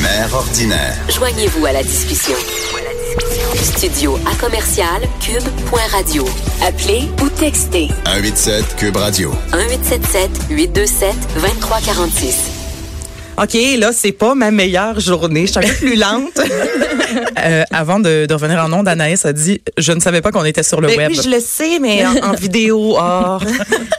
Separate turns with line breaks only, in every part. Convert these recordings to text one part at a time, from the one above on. Mère ordinaire.
Joignez-vous à la discussion. Studio à commercial cube.radio. Appelez ou textez
187 Cube Radio.
1877 827 2346.
OK, là, c'est pas ma meilleure journée. Je suis un peu plus lente.
Euh, avant de, de revenir en ondes, Anaïs a dit Je ne savais pas qu'on était sur le
Mais
web.
Ben oui, je le sais, mais en, en vidéo. Oh.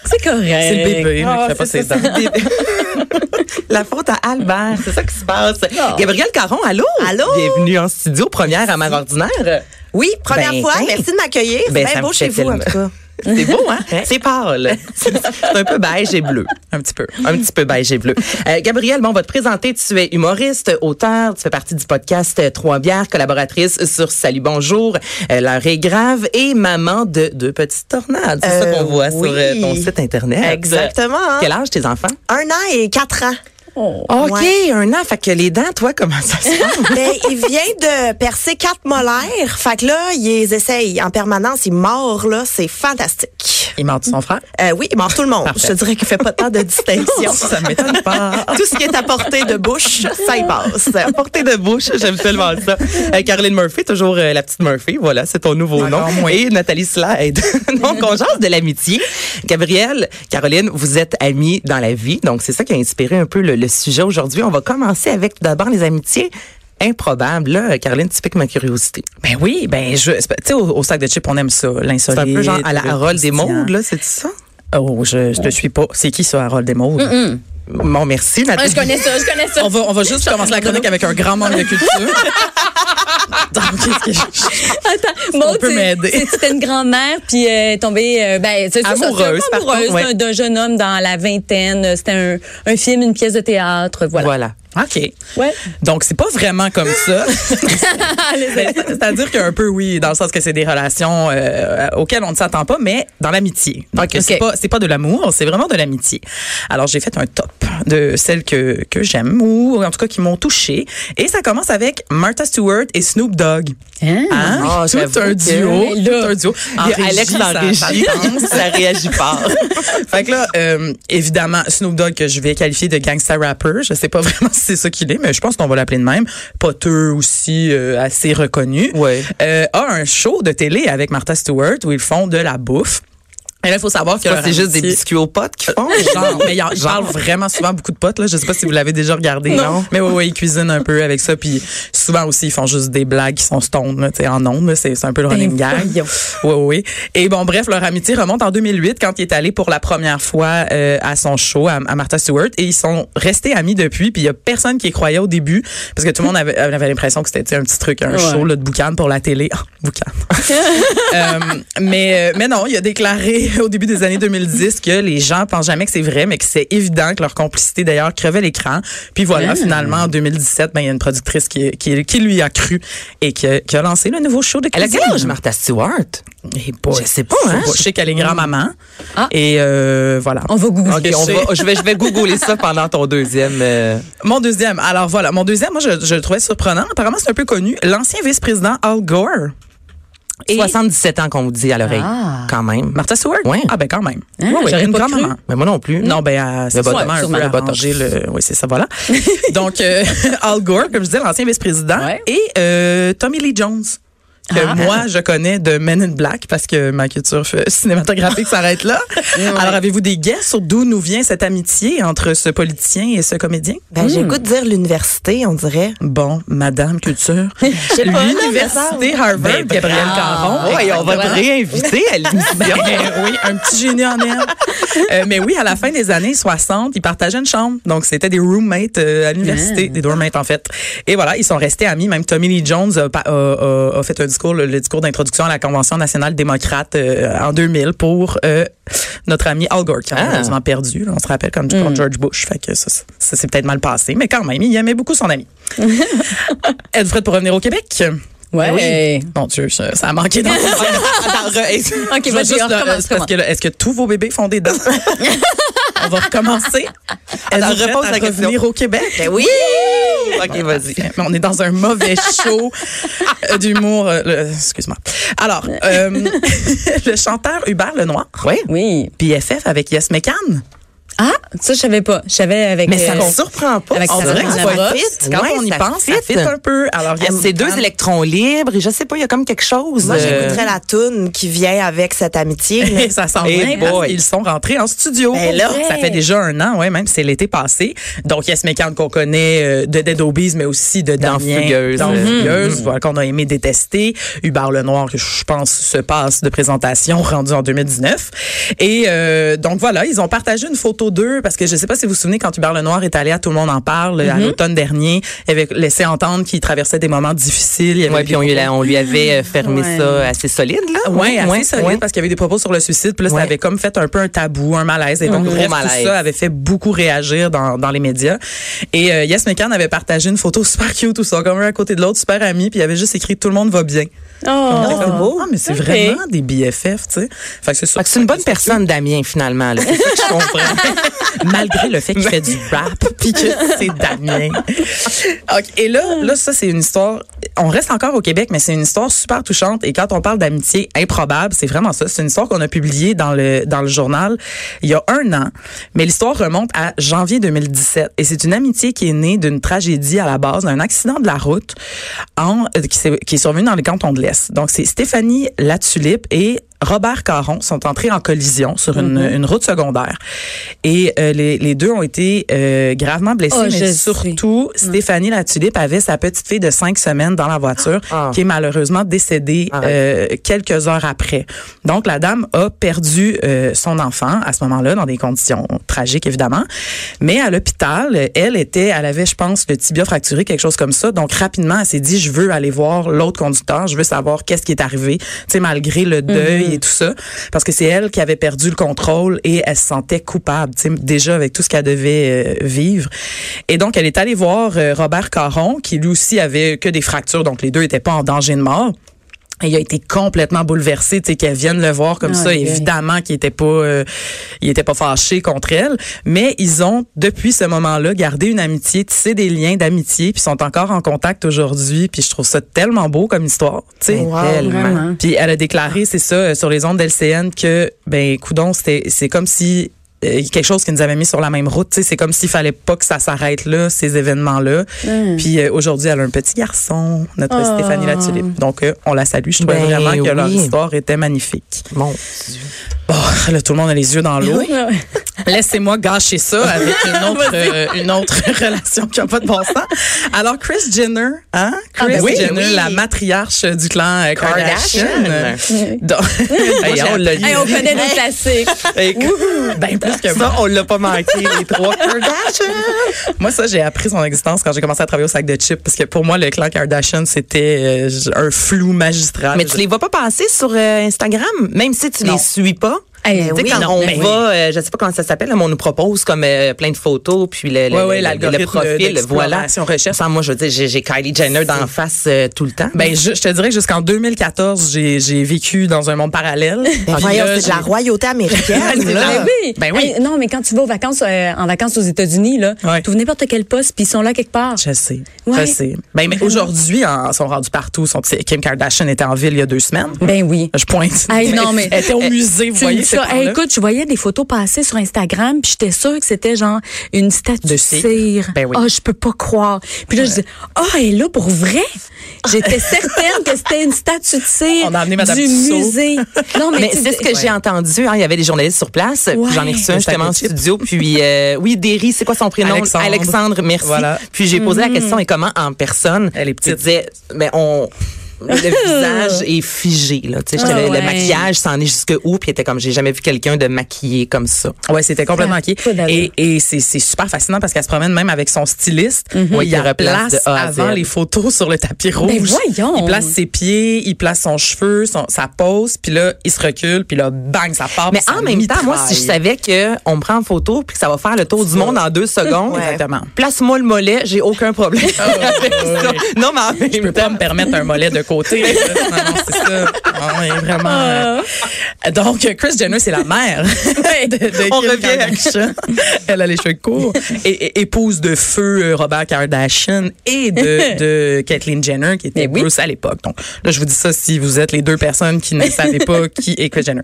C'est correct.
C'est le bébé là,
Ah,
qui fait pas
c'est
ses
ça,
dents.
c'est des- La faute à Albert, c'est ça qui se passe. Gabriel Caron, allô? Allô? Bienvenue en studio, première à Mère ordinaire.
Oui, première
Ben,
fois.
hey.
Merci de m'accueillir.
Ben,
c'est
ça
bien
me
beau
fait
chez vous, en
tellement-
tout cas.
C'est beau, hein? C'est pâle. C'est c'est un peu beige et bleu.
Un petit peu.
Un petit peu beige et bleu. Euh, Gabrielle, bon, on va te présenter. Tu es humoriste, auteur, tu fais partie du podcast euh, Trois bières, collaboratrice sur Salut Bonjour, euh, L'heure est grave et maman de deux petites tornades. C'est ça
Euh,
qu'on voit sur euh,
oui.
ton site Internet.
Exactement, hein.
Quel âge tes enfants?
Un an et quatre ans.
Oh, OK,
Ouais.
un an. Fait que les dents, toi, comment ça se passe?
Ben, il vient de percer quatre molaires. Fait que là, il les essaye en permanence. Il mord, là. C'est fantastique.
Il ment de son frère.
Euh, oui, il mord tout le monde. Je te dirais qu'il fait pas tant de distinction.
Ça m'étonne pas.
tout ce qui est à portée de bouche, ça y passe.
Ben, Portée de bouche, j'aime tellement ça. Euh, Caroline Murphy, toujours euh, la petite Murphy, voilà, c'est ton nouveau nom.
Encore moins.
Et Nathalie Slade. donc, on jase de l'amitié. Gabrielle, Caroline, vous êtes amies dans la vie, donc c'est ça qui a inspiré un peu le, le sujet aujourd'hui. On va commencer avec tout d'abord les amitiés improbables. Là, euh, Caroline, tu piques ma curiosité.
Ben oui, ben je. c'est pas- Tu sais, au, au sac de chips, on aime ça,
C'est
l'insolite.
un peu genre à la
le
Harold des
croustillant.
mondes, là, c'est ça?
Oh, je, je te suis pas. C'est qui ça, Harold des Maudes?
Bon, merci,
Ah,
Nathalie.
je connais ça, je connais ça.
On va, on va juste commencer la chronique avec un grand manque de culture. Donc, qu'est-ce que je-
Attends, Maud,
peut
c'est-
m'aider?
c'est- c'était une grand-mère, puis euh, tombée euh, ben, c'est- c'est ça, c'est un peu
Amoureuse, par
amoureuse
contre, ouais.
d'un- d'un jeune homme dans la vingtaine. Euh, C'était un, un film, une pièce de théâtre, voilà.
Voilà.
OK.
Ouais.
Donc, c'est pas vraiment comme ça.
Allez-y.
Ben, C'est-à-dire qu'un peu, oui, dans le sens que c'est des relations euh, auxquelles on ne s'attend pas, mais dans l'amitié. Donc, c'est
Ok.
pas, c'est pas de l'amour, c'est vraiment de l'amitié. Alors, j'ai fait un top de celles que, que j'aime ou en tout cas qui m'ont touchée. Et ça commence avec Martha Stewart et Snoop Dogg.
Hein?
Hein?
Ah,
tout
j'avoue
un
que-
duo.
Mais
Tout
là-
un duo. En
Il y a Alex
régie,
dans
ça- ça
régie,
danse.
ça réagit pas.
fait que là, euh, évidemment, Snoop Dogg, que je vais qualifier de gangsta rapper, je sais pas vraiment si c'est ça qu'il est, mais je pense qu'on va l'appeler de même. Potter aussi, euh, assez reconnu.
Ouais.
Euh, a un show de télé avec Martha Stewart où ils font de la bouffe. Et là, il faut savoir que
Ça,
leur
C'est juste des
amitié-
biscuits aux potes qui font.
Genre, mais il en- il parle vraiment souvent beaucoup de potes là. Je sais pas si vous l'avez déjà regardé.
Non.
Mais oui, oui, ils cuisinent un peu avec ça. Puis souvent aussi, ils font juste des blagues qui sont stone, là, tu sais, en ondes. là. C'est c'est un peu le running gag. Oui, oui. Et bon, bref, leur amitié remonte en 2008 quand il est allé pour la première fois euh, à son show à, à Martha Stewart. Et ils sont restés amis depuis. Puis il y a personne qui y croyait au début parce que tout le monde avait, avait l'impression que c'était tu sais, un petit truc, un
Ouais.
show là, de boucan pour la télé. Ah, boucan. Euh, mais, euh, mais non, il a déclaré au début des années 2010 que les gens pensent jamais que c'est vrai, mais que c'est évident que leur complicité, d'ailleurs, crevait l'écran. Puis voilà,
Hein?
finalement, en 2017, ben, il y a une productrice qui, qui, qui lui a cru et qui, a- qui a lancé le nouveau show de
Elle a
cuisine.
quel âge, Martha Stewart?
Mmh. Eh boy,
Je sais pas, hein.
Je sais qu'elle est grand-maman.
Oh, Ah.
Et euh, voilà.
On va googler.
Ok, on va- je, vais, je vais googler ça pendant ton deuxième. euh,
Mon deuxième. Alors voilà, mon deuxième, moi, je, je le trouvais surprenant. Apparemment, c'est un peu connu. L'ancien vice-président Al Gore. Et-
77 ans qu'on vous dit à l'oreille,
Ah.
quand même.
Martha Stewart?
Ouais.
Ah ben quand même.
Hein,
Ouais, ouais,
j'aurais
une
pas cru.
grand-maman.
Mais moi non plus.
Non, ben, euh, c'est
Le bottom,
sûrement un
sûrement
peu
Mm-hmm. le bottom.
arrangé le- Oui, c'est ça, voilà. Donc, euh, Al Gore, comme je disais, l'ancien vice-président,
Ouais.
et euh, Tommy Lee Jones. Que
Ah.
moi, je connais de Men in Black parce que ma culture euh, cinématographique s'arrête là. Alors, avez-vous des guesses sur d'où nous vient cette amitié entre ce politicien et ce comédien?
Ben, j'ai le goût de dire l'université, on dirait.
Bon, Madame Culture. L'Université Harvard,
Ben,
Gabrielle Caron.
Ah,
Ouais, on va te
Voilà.
réinviter à l'émission.
Ben oui, un petit génie en elle. Euh, mais oui, à la fin des années 60, ils partageaient une chambre. Donc, c'était des roommates euh, à
Ah.
l'université, des dormmates, en fait. Et voilà, ils sont restés amis. Même Tommy Lee Jones a, pa- a- a- a fait un discours, le, le discours d'introduction à la Convention nationale démocrate euh, en 2000 pour euh, notre ami Al Gore, qui a
Ah. Hmm.
malheureusement perdu. là. On se rappelle comme contre George Bush. Fait que ça, ça, ça s'est peut-être mal passé. Mais quand même, il aimait beaucoup son ami. Êtes-vous prête pour revenir au Québec? Ah
Ouais.
Mon Dieu, ça, ça a manqué dans
Attends, re-
OK,
je vais
vas-y,
juste
on
le- euh,
recommence,
c'est parce que là, est-ce que tous vos bébés font des dents? On va recommencer. Elle
Attends, repose
repose à
la question.
revenir au Québec.
Ben oui! Ok, vas-y.
Mais on est dans un mauvais show d'humour. euh, le- Excuse-moi. Alors, euh, le chanteur Hubert Lenoir,
Oui.
Oui.
PFF avec Yes Mécan.
Ah, ça, je savais pas. Je savais avec.
Mais ça
euh,
ne surprend pas.
avec
On
Sarah
dirait que
Labrosse.
ça fit.
Quand
Ouais,
on y
ça
pense, ça
fit. Euh,
fit un peu. Alors, il y a
C'est deux
Anne-
électrons libres et je sais pas, il y a comme quelque chose.
Moi,
euh,
j'écouterais la toune qui vient avec cette amitié. mais-
Et ça sent
Hey
bien parce
boy.
qu'ils sont rentrés en studio.
Ben là.
ça fait déjà un an, ouais, même c'est l'été passé. Donc Yes McCann qu'on connaît euh, de Dead Obies, mais aussi de
Dans
Damien,
Fugueuse.
dans
Mhm.
Fugueuse, voilà, qu'on a aimé détester. Hubert Lenoir, que je pense se passe de présentation rendu en 2019. Et euh, donc voilà, ils ont partagé une photo d'eux parce que je sais pas si vous vous souvenez quand Hubert Lenoir est allé à Tout le monde en parle
Mm-hmm.
à l'automne dernier, il avait laissé entendre qu'il traversait des moments difficiles. Il y avait
Ouais,
des
puis on, lui la- on lui avait euh, fermé
Ouais.
ça assez solide, là.
oui, assez
ouais,
solide
ouais.
parce qu'il y avait eu des propos sur le suicide, puis là, ça
Ouais.
avait comme fait un peu un tabou, un malaise. Et donc,
Mhm.
bref,
Gros malaise.
tout ça avait fait beaucoup réagir dans, dans les médias. Et euh, Yes McCann avait partagé une photo super cute, où ils sont comme un à côté de l'autre, super amis, puis il avait juste écrit « Tout le monde va bien
Oh.
C'est beau. Ah, mais c'est
Ok.
vraiment des BFF, tu sais. Fait que c'est ça.
Fait que c'est une bonne personne, Damien, finalement. là. C'est ça que je
comprends. Malgré le fait qu'il fait du rap, puis que c'est Damien. Ok, Et là, là, ça, c'est une histoire. On reste encore au Québec, mais c'est une histoire super touchante. Et quand on parle d'amitié improbable, c'est vraiment ça. C'est une histoire qu'on a publiée dans le, dans le journal il y a un an. Mais l'histoire remonte à janvier 2017. Et c'est une amitié qui est née d'une tragédie à la base, d'un accident de la route en, euh, qui, s'est- qui est survenu dans les cantons de l'Est. Donc, c'est Stéphanie La Tulipe et Robert Caron sont entrés en collision sur une,
Mhm.
une route secondaire. Et euh, les, les deux ont été euh, gravement blessés,
Oh, je
mais
sais.
surtout, Stéphanie La Tulipe avait sa petite fille de cinq semaines dans la voiture,
Ah.
qui est malheureusement décédée
Ah,
Arrête.
euh, quelques heures après. Donc, la dame a perdu euh, son enfant à ce moment-là, dans des conditions tragiques, évidemment. Mais à l'hôpital, elle était, elle avait, je pense, le tibia fracturé, quelque chose comme ça. Donc, rapidement, elle s'est dit, je veux aller voir l'autre conducteur, je veux savoir qu'est-ce qui est arrivé, tu sais, malgré le deuil et tout ça. Parce que c'est elle qui avait perdu le contrôle et elle se sentait coupable, tu sais, déjà avec tout ce qu'elle devait euh, vivre. Et donc, elle est allée voir euh, Robert Caron, qui lui aussi avait que des fractures, donc les deux n'étaient pas en danger de mort. Et il a été complètement bouleversé, tu sais, qu'elle vienne le voir comme
Ah,
ça,
ok.
évidemment qu'il était pas, euh, il était pas fâché contre elle, mais ils ont depuis ce moment-là gardé une amitié, tissé des liens d'amitié, puis sont encore en contact aujourd'hui, puis je trouve ça tellement beau comme histoire, tu sais.
comprends. Tellement.
Vraiment.
Puis elle a déclaré, c'est ça, euh, sur les ondes d'LCN que ben coudon, c'était c'est comme si euh, quelque chose qui nous avait mis sur la même route, tu sais, c'est comme s'il fallait pas que ça s'arrête là, ces événements-là. Puis euh, aujourd'hui, elle a un petit garçon, notre
Oh.
Stéphanie Latulippe. Donc euh, on la salue, je trouvais
Ben
vraiment que leur
oui.
histoire était magnifique.
Mon
Bon, là tout le monde a les yeux dans l'eau.
Ouais, ouais.
Laissez-moi gâcher ça avec une autre, euh, une autre relation qui n'a pas de bon sens. Alors, Chris Jenner, hein? Chris
ben oui,
Jenner,
oui.
la matriarche du clan euh, Kardashian.
Kardashian.
Donc,
Hey, on l'a dit.
Hey, on connaît des classiques.
Hey, ben plus que moi.
Ça, on l'a pas manqué, les trois Kardashian.
Moi, ça, j'ai appris son existence quand j'ai commencé à travailler au sac de chips, parce que pour moi, le clan Kardashian, c'était euh, un flou magistral.
Ah, Mais tu les vois pas passer sur euh, Instagram, même si tu
Non.
les suis pas.
Eh
Tu sais,
oui,
quand
non,
on
mais
va, euh, je sais pas comment ça s'appelle, là, mais on nous propose comme euh, plein de photos, puis le, le-
Ouais,
le-
ouais,
le-
l'algorithme
le profil,
d'exploration,
voilà.
recherche.
Sans moi, je veux dire, j'ai j'ai Kylie Jenner d'en face euh, tout le temps.
Ben, je, je te dirais que jusqu'en 2014, j'ai j'ai vécu dans un monde parallèle.
Ben
Puis
voyons,
là,
c'est de la
j'ai-
royauté américaine. là.
Ben oui.
Ben oui.
Hey, non, mais quand tu vas aux vacances, euh, en vacances aux États-Unis, là,
Ouais.
tu ouvres n'importe quel poste, puis ils sont là quelque part.
Je sais.
Ouais.
Je sais. Ben, mais aujourd'hui, ils sont rendus partout. Sont, Kim Kardashian était en ville il y a deux semaines.
Ben oui.
Je pointe.
Hey, non, mais-
Elle était au musée, vous
Tu me
voyez.
dis
ces
ça. Hey,
temps-là.
écoute, je voyais des photos passer sur Instagram, puis j'étais sûre que c'était genre une statue
De
de
cire.
cire.
Ben oui.
Ah, je peux pas croire. Puis là, je disais, ah, elle est là pour vrai. J'étais certaine que c'était une statue de cire
On a amené Madame
du
Tussaud.
musée. Non, mais,
Mais
tu
c'est
dis-
ce que j'ai entendu. hein, il y avait des journalistes sur place. puis
Ouais.
J'en ai reçu un
Le
justement en
sac de chips.
studio. Puis euh, oui, Derry, c'est quoi son prénom
Alexandre.
merci.
Voilà. Mm.
Puis j'ai posé la question et comment en personne.
Elle est petite.
Je disais, mais on. Le visage est figé là, tu sais, j'étais
Ah
le, le
ouais.
maquillage s'en est jusque où, puis elle était comme j'ai jamais vu quelqu'un de maquillé comme ça.
Ouais, c'était complètement
Ça a
ok.
pas d'allure.
Et, et c'est c'est super fascinant parce qu'elle se promène même avec son styliste.
Ouais,
il
qui replace
replace
de A à Z.
avant les photos sur le tapis rouge.
voyons.
Il place ses pieds, il place son cheveu, son, sa pose, puis là, il se recule, puis là, bang, ça part.
Mais
puis ça
en même temps, moi,
mitraille.
si je savais que on me prend en photo puis que ça va faire le tour du monde en deux secondes,
Exactement. Ah
place-moi le mollet, j'ai aucun problème. avec ça. Non, mais en même
Je peux pas me permettre un mollet de côté. là. non, non, c'est ça. Non, mais vraiment. euh, Donc, Chris Jenner, c'est la mère de, de
On
Kim
revient à-
Kardashian. Elle a les cheveux courts. Et, et- épouse de feu euh, Robert Kardashian et de, de Caitlyn Jenner, qui était
Mais oui.
Bruce à l'époque. Donc, là, je vous dis ça si vous êtes les deux personnes qui ne savez pas qui est Chris Jenner.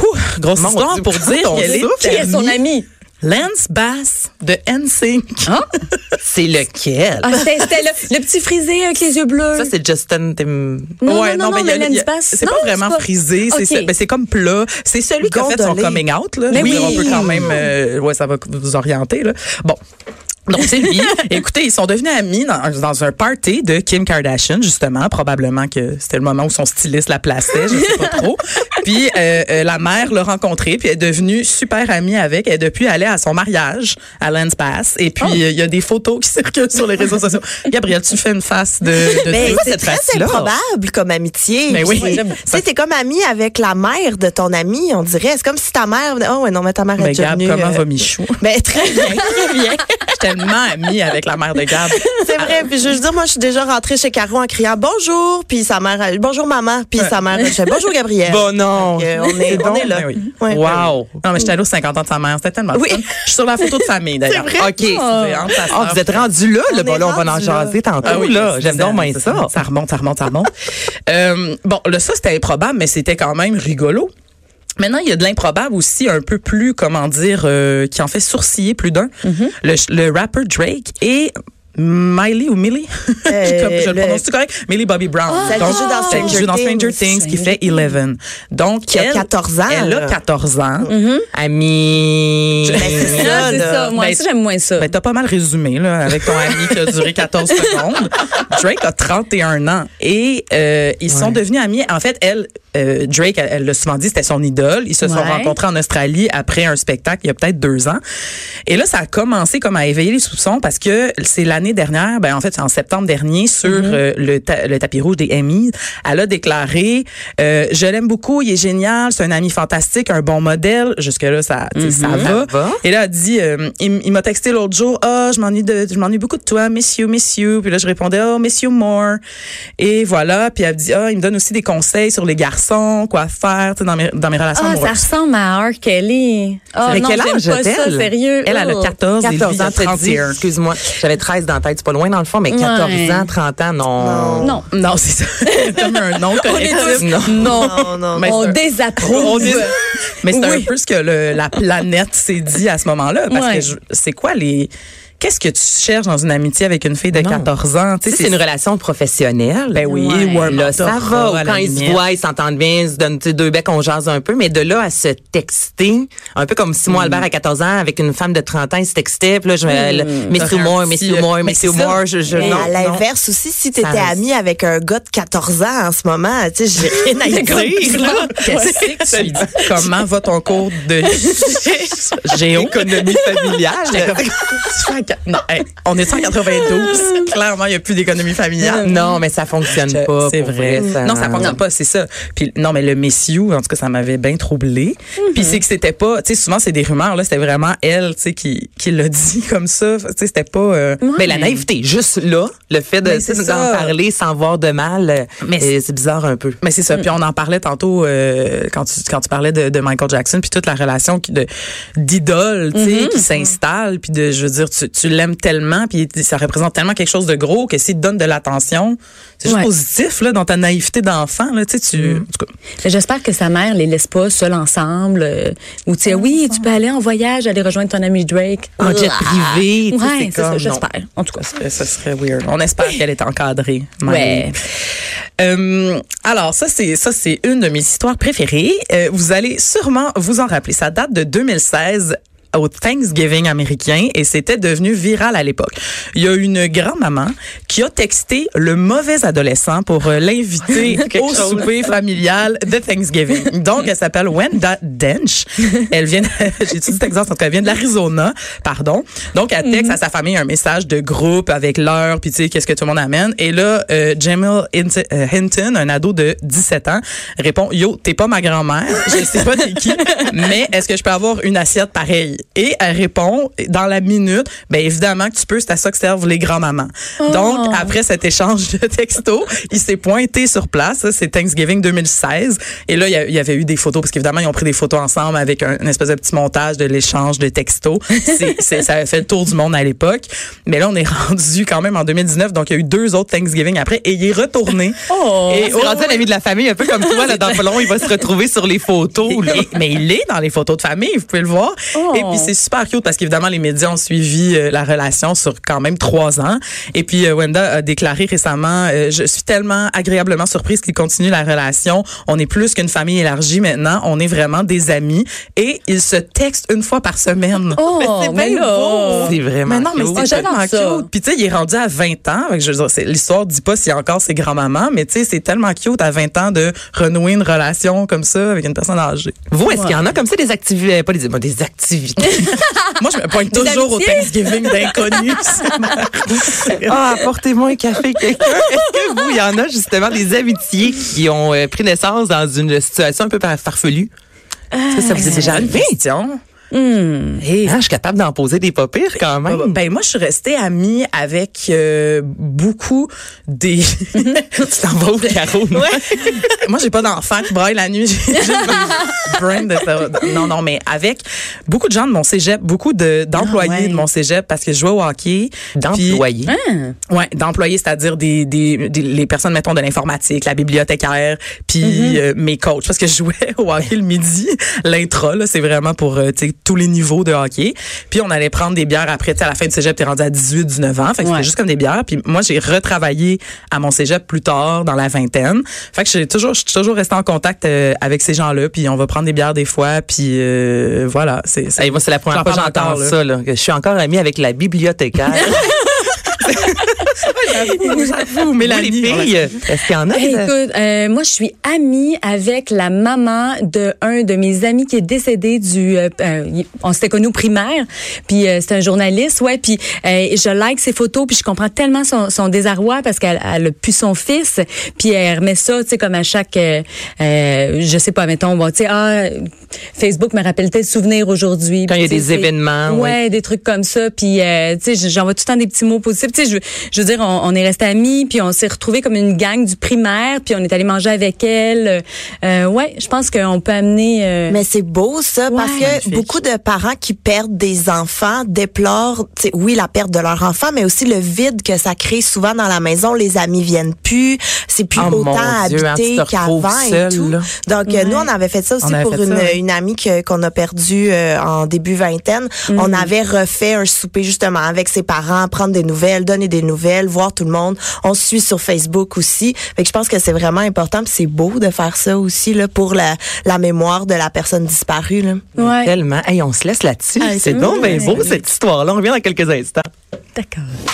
Ouh, grosse
Mon
histoire
Dieu,
pour
prends
dire
ton
qu'elle est
souffle.
qui est son
amie
ami?
Lance Bass de NSYNC.
C'est lequel?
Ah, c'était c'était le, le petit frisé avec les yeux bleus.
Ça, c'est Justin Tim.
Non, non, non,
mais
mais
il y a- il y a-
Lance Bass.
C'est
Non,
pas
c'est
vraiment
pas-
frisé, c'est
Ok.
ça- ben, c'est comme plat. C'est celui qui a fait son
Gondolé.
coming out là.
Mais
Je veux dire,
oui.
on peut quand même euh, ouais, ça va vous orienter là. Bon. Donc c'est lui. Écoutez, ils sont devenus amis dans, dans un party de Kim Kardashian justement, probablement que c'était le moment où son styliste la plaçait, je sais pas trop. Puis euh, euh, la mère l'a rencontrée, puis elle est devenue super amie avec. Elle est depuis allée à son mariage à Lens Pass. Et
Oh.
puis euh, il y a des photos qui circulent sur les réseaux sociaux. Gabrielle, tu fais une face de, de
Ben,
toi,
c'est
cette
très
face-là.
improbable comme amitié.
Ben oui.
Puis,
J'aime.
Tu sais, t'es comme ami avec la mère de ton ami, on dirait. C'est comme si ta mère. Oh, ouais, non, mais ta mère est
Mais
déjà
Gab,
venue,
comment
euh,
va Michou?
ben, très bien.
Je suis tellement amie avec la mère de Gab.
C'est vrai. Puis je veux dire, moi, je suis déjà rentrée chez Caro en criant bonjour, puis sa mère, elle- bonjour maman, puis sa mère, je bonjour Gabrielle.
Bon, non.
Donc, euh, on est, on est là.
Ben oui.
Ouais.
Wow.
Non, mais j'étais allée aux 50 ans de sa mère. C'était tellement
Oui.
fun. Je suis sur la photo de famille, d'ailleurs.
C'est vrai?
OK.
C'est entre sa
Ah,
sœur.
vous êtes rendu là,
On
le
est
bon, là, on va en
rendu là.
jaser tantôt,
Ah oui,
là.
c'est
J'aime donc bien ça.
Ça remonte, ça remonte, ça remonte. Euh, bon, là, ça, c'était improbable, mais c'était quand même rigolo. Maintenant, il y a de l'improbable aussi, un peu plus, comment dire, euh, qui en fait sourciller plus d'un. le, ch- le rapper Drake et Miley ou Millie, je,
Euh,
je le
le-
prononce-tu correct? Millie Bobby Brown.
Celle qui
Donc,
joue dans
celle qui joue dans
Stranger
Stranger Things, qui fait 11. Donc,
Qui a
elle-
14 ans,
Elle a
là. Mhm.
14 ans.
Ami.
Ah, c'est
Ben, là.
ça. Moi
Ben,
aussi, j'aime moins ça.
Ben, t'as pas mal résumé, là, avec ton ami qui a duré 14 secondes. Drake a 31 ans et euh, ils sont devenus amis. En fait, elle, euh, Drake, elle, elle l'a souvent dit, c'était son idole. Ils se sont
Ouais.
rencontrés en Australie après un spectacle il y a peut-être deux ans. Et là, ça a commencé comme à éveiller les soupçons parce que c'est l'année dernière, ben, en fait, c'est en septembre dernier, sur euh, le, ta- le tapis rouge des Emmys, elle a déclaré euh, Je l'aime beaucoup, il est génial, c'est un ami fantastique, un bon modèle. Jusque-là, ça, tu sais, ça va.
va.
Et là, elle dit, euh, il, m- il m'a texté l'autre jour, ah, je m'ennuie de, je m'ennuie beaucoup de toi, miss you, miss you. Puis là, je répondais, oh, miss you more. Et voilà. Puis elle me dit, ah, il me donne aussi des conseils sur les garçons, quoi faire, tu sais, dans mes, dans mes relations
Ah, ça
amoureuses.
ressemble à R. Kelly. Ah,
Mais
non,
quel
j'aime
âge
pas ça,
a-t-elle?
sérieux.
Elle, elle a
Oh.
14, et lui,
14
il a
ans, t'as dit.
31.
Excuse-moi. J'avais 13 dans la tête. C'est pas loin dans le fond, mais 14
Ouais.
ans, 30 ans, non.
Non.
Non, c'est ça. Comme un nom collectif.
Non.
Non.
Non, non,
Mais
on
c'est un-
désapprouve.
On dit- Mais c'est
Oui.
un peu ce que le- la planète s'est dit à ce moment-là. Parce
Ouais.
que je- c'est quoi les. Qu'est-ce que tu cherches dans une amitié avec une fille de
Non.
14 ans?
Tu
Tu sais,
sais, c'est une relation professionnelle.
Ben oui,
Ouais.
ou un
Là, ça va.
mentorat,
Ou
à la
quand ils se
limite.
voient, ils s'entendent bien, ils se donnent tu sais, deux becs, on jase un peu. Mais de là à se texter, un peu comme Simon Albert à 14 ans, avec une femme de 30 ans, il se textait. Puis là, je me... le- Miss
T'aurais un
Humour,
petit,
Miss
euh,
Humour,
mais
Miss
c'est ça.
Humour. Je, je,
Mais
non,
à
non.
l'inverse aussi, si t'étais
reste.
ami avec un gars de 14 ans en ce moment, tu sais, j'ai rien à y dire. là.
Qu'est-ce que tu dis? Comment va ton cours de géo?
Économie familiale.
J'étais comme, Tu fais un ca- non, hey, on est en 92. Clairement, il n'y a plus d'économie familiale.
Mm. Non, mais ça fonctionne
Je-
pas.
c'est
pour
vrai. non, ça
fonctionne
fonctionne pas, c'est ça. Puis non, mais le Miss You, en tout cas, ça m'avait bien troublé. Puis c'est que c'était pas, tu sais, souvent c'est des rumeurs là, c'était vraiment elle, tu sais, qui qui l'a dit comme ça. Tu sais, c'était pas. euh,
Mais la naïveté, juste là, le fait de
Mais c'est
tu sais,
ça.
d'en parler sans voir de mal, euh,
Mais
euh, c'est bizarre un peu.
Mais c'est ça. Puis on en parlait tantôt euh, quand tu quand tu parlais de, de Michael Jackson puis toute la relation qui de d'idole, tu sais, qui s'installe puis de je veux dire tu, tu l'aimes tellement puis ça représente tellement quelque chose de gros que s'il te donne de l'attention, c'est juste
Ouais.
positif là dans ta naïveté d'enfant là, tu sais tu en tout cas,
Mais J'espère que sa mère les laisse pas seuls ensemble. euh, ou tu sais, oui, tu peux aller en voyage, aller rejoindre ton ami Drake.
En jet
Ah.
privé, tu sais,
Ouais,
c'est
c'est ça,
comme,
j'espère. En tout cas,
Euh, ça serait weird. On espère qu'elle est encadrée.
Ouais.
Miley. Euh, alors ça c'est ça c'est une de mes histoires préférées. Euh, vous allez sûrement vous en rappeler. Ça date de 2016 au Thanksgiving américain et c'était devenu viral à l'époque. Il y a une grand-maman qui a texté le mauvais adolescent pour euh, l'inviter au souper familial de Thanksgiving. Donc, elle s'appelle Wenda Dench. Elle vient, de- j'ai dit Texas, en tout cas, elle vient de l'Arizona, pardon. Donc, elle texte à sa famille un message de groupe avec l'heure, puis tu sais, qu'est-ce que tout le monde amène. Et là, euh, Jamil Hint- euh, Hinton, un ado de 17 ans, répond, Yo, t'es pas ma grand-mère, je sais pas t'es qui, mais est-ce que je peux avoir une assiette pareille? Et elle répond, dans la minute, ben évidemment que tu peux, c'est à ça que servent les grands-mamans. Donc, après cet échange de textos, il s'est pointé sur place. Ça, c'est Thanksgiving 2016. Et là, il y a- il y avait eu des photos, parce qu'évidemment, ils ont pris des photos ensemble avec un, une espèce de petit montage de l'échange de textos. C'est- c'est- ça avait fait le tour du monde à l'époque. Mais là, on est rendu quand même en 2019. Donc, il y a eu deux autres Thanksgiving après. Et il est retourné.
Oh!
et
Et oh, rendu un ami de la famille, un peu comme toi, là, dans pas long, il va se retrouver sur les photos.
il
Là.
est- mais il est dans les photos de famille, vous pouvez le voir.
Oh.
Et puis Puis c'est super cute parce qu'évidemment, les médias ont suivi euh, la relation sur quand même trois ans. Et puis, euh, Wenda a déclaré récemment, euh, je suis tellement agréablement surprise qu'il continue la relation. On est plus qu'une famille élargie maintenant. On est vraiment des amis. Et ils se textent une fois par semaine.
Oh,
c'est
mais
bien
là. oh.
beau.
C'est vraiment
Mais non, mais
cute.
c'est
Ah, j'adore
tellement
ça.
cute. Puis tu sais, il est rendu à 20 ans. Fait que je veux dire, c'est- l'histoire dit pas s'il y a encore ses grands-mamans, mais tu sais, c'est tellement cute à 20 ans de renouer une relation comme ça avec une personne âgée.
Vous, est-ce qu'il y en a comme ça des activités, pas des, bon, des activités?
Moi, je me pointe toujours au
amitiés?
Thanksgiving d'inconnus.
Ah, apportez-moi un café, quelqu'un. Est-ce que vous, il y en a justement des amitiés qui ont euh, pris naissance dans une situation un peu par- farfelue? Est-ce que ça vous est déjà arrivé?
Ah,
hein?
Question.
Hey, hein, je suis capable d'en poser des pas pires quand même.
Ben moi, je suis restée amie avec euh, beaucoup des.
tu t'en vas où, Caro?
moi, j'ai pas d'enfant qui braille la nuit. J'ai juste des brains de ça. Non, non, mais avec beaucoup de gens de mon cégep, beaucoup de- d'employés
Ah ouais.
de mon cégep parce que je jouais au hockey. Puis-
D'employés.
Ouais, d'employés, c'est-à-dire des, des, des- les personnes mettons de l'informatique, la bibliothécaire, puis euh, mes coachs parce que je jouais au hockey le midi, l'intro là, c'est vraiment pour euh, tu sais, tous les niveaux de hockey. Puis on allait prendre des bières après tu sais, à la fin du cégep, t'es rendu à 18 19 ans, fait que
Ouais.
c'était juste comme des bières. Puis moi j'ai retravaillé à mon cégep plus tard dans la vingtaine. Fait que j'ai toujours je suis toujours restée en contact euh, avec ces gens-là, puis on va prendre des bières des fois, puis euh, voilà, c'est c'est-
Hey, moi, c'est la première
J'en
fois que
parle
j'entends
encore, là.
ça. Là. Je suis encore amie avec la bibliothécaire. J'avoue, mais les filles, est-ce qu'il y en a?
Hey,
des-
écoute, euh, moi, je suis amie avec la maman de un de mes amis qui est décédé du. euh, euh, il- on s'était connus au primaire, puis euh, c'est un journaliste, ouais. Puis euh, je like ses photos, puis je comprends tellement son, son désarroi parce qu'elle elle a pu son fils, puis elle remet ça, tu sais, comme à chaque, euh, euh, je sais pas, mettons, bon, tu sais, ah, Facebook me rappelle tel souvenir aujourd'hui.
Quand il y a
Puis,
des
tu sais,
événements, hein, ouais.
ouais, des trucs comme ça. Puis, euh, tu sais, j'envoie tout le temps des petits mots positifs. Tu sais, je, je veux dire, on, on est restés amis, puis on s'est retrouvés comme une gang du primaire, puis on est allé manger avec elle. Euh, ouais, je pense qu'on peut amener. euh,
Mais c'est beau ça
Ouais.
parce que
Magnifique.
beaucoup de parents qui perdent des enfants déplorent, tu sais, oui, la perte de leur enfant, mais aussi le vide que ça crée souvent dans la maison. Les amis viennent plus, c'est plus
Oh, mon
autant
Dieu, hein,
habité
tu te retrouves
qu'avant et
seule,
tout.
là.
Donc euh, nous, on avait fait ça aussi
On avait
pour
fait ça,
une,
ouais.
une amie que- qu'on a perdue euh, en début vingtaine.
Mm-hmm.
On avait refait un souper justement avec ses parents, prendre des nouvelles, donner des nouvelles, voir tout le monde. On se suit sur Facebook aussi. Fait que je pense que c'est vraiment important, puis c'est beau de faire ça aussi là pour la, la mémoire de la personne disparue là.
ouais.
Tellement. Hey, on se laisse là-dessus.
Ah,
c'est
c'est
donc bien
vrai.
beau, cette histoire-là. On revient dans quelques instants.
D'accord.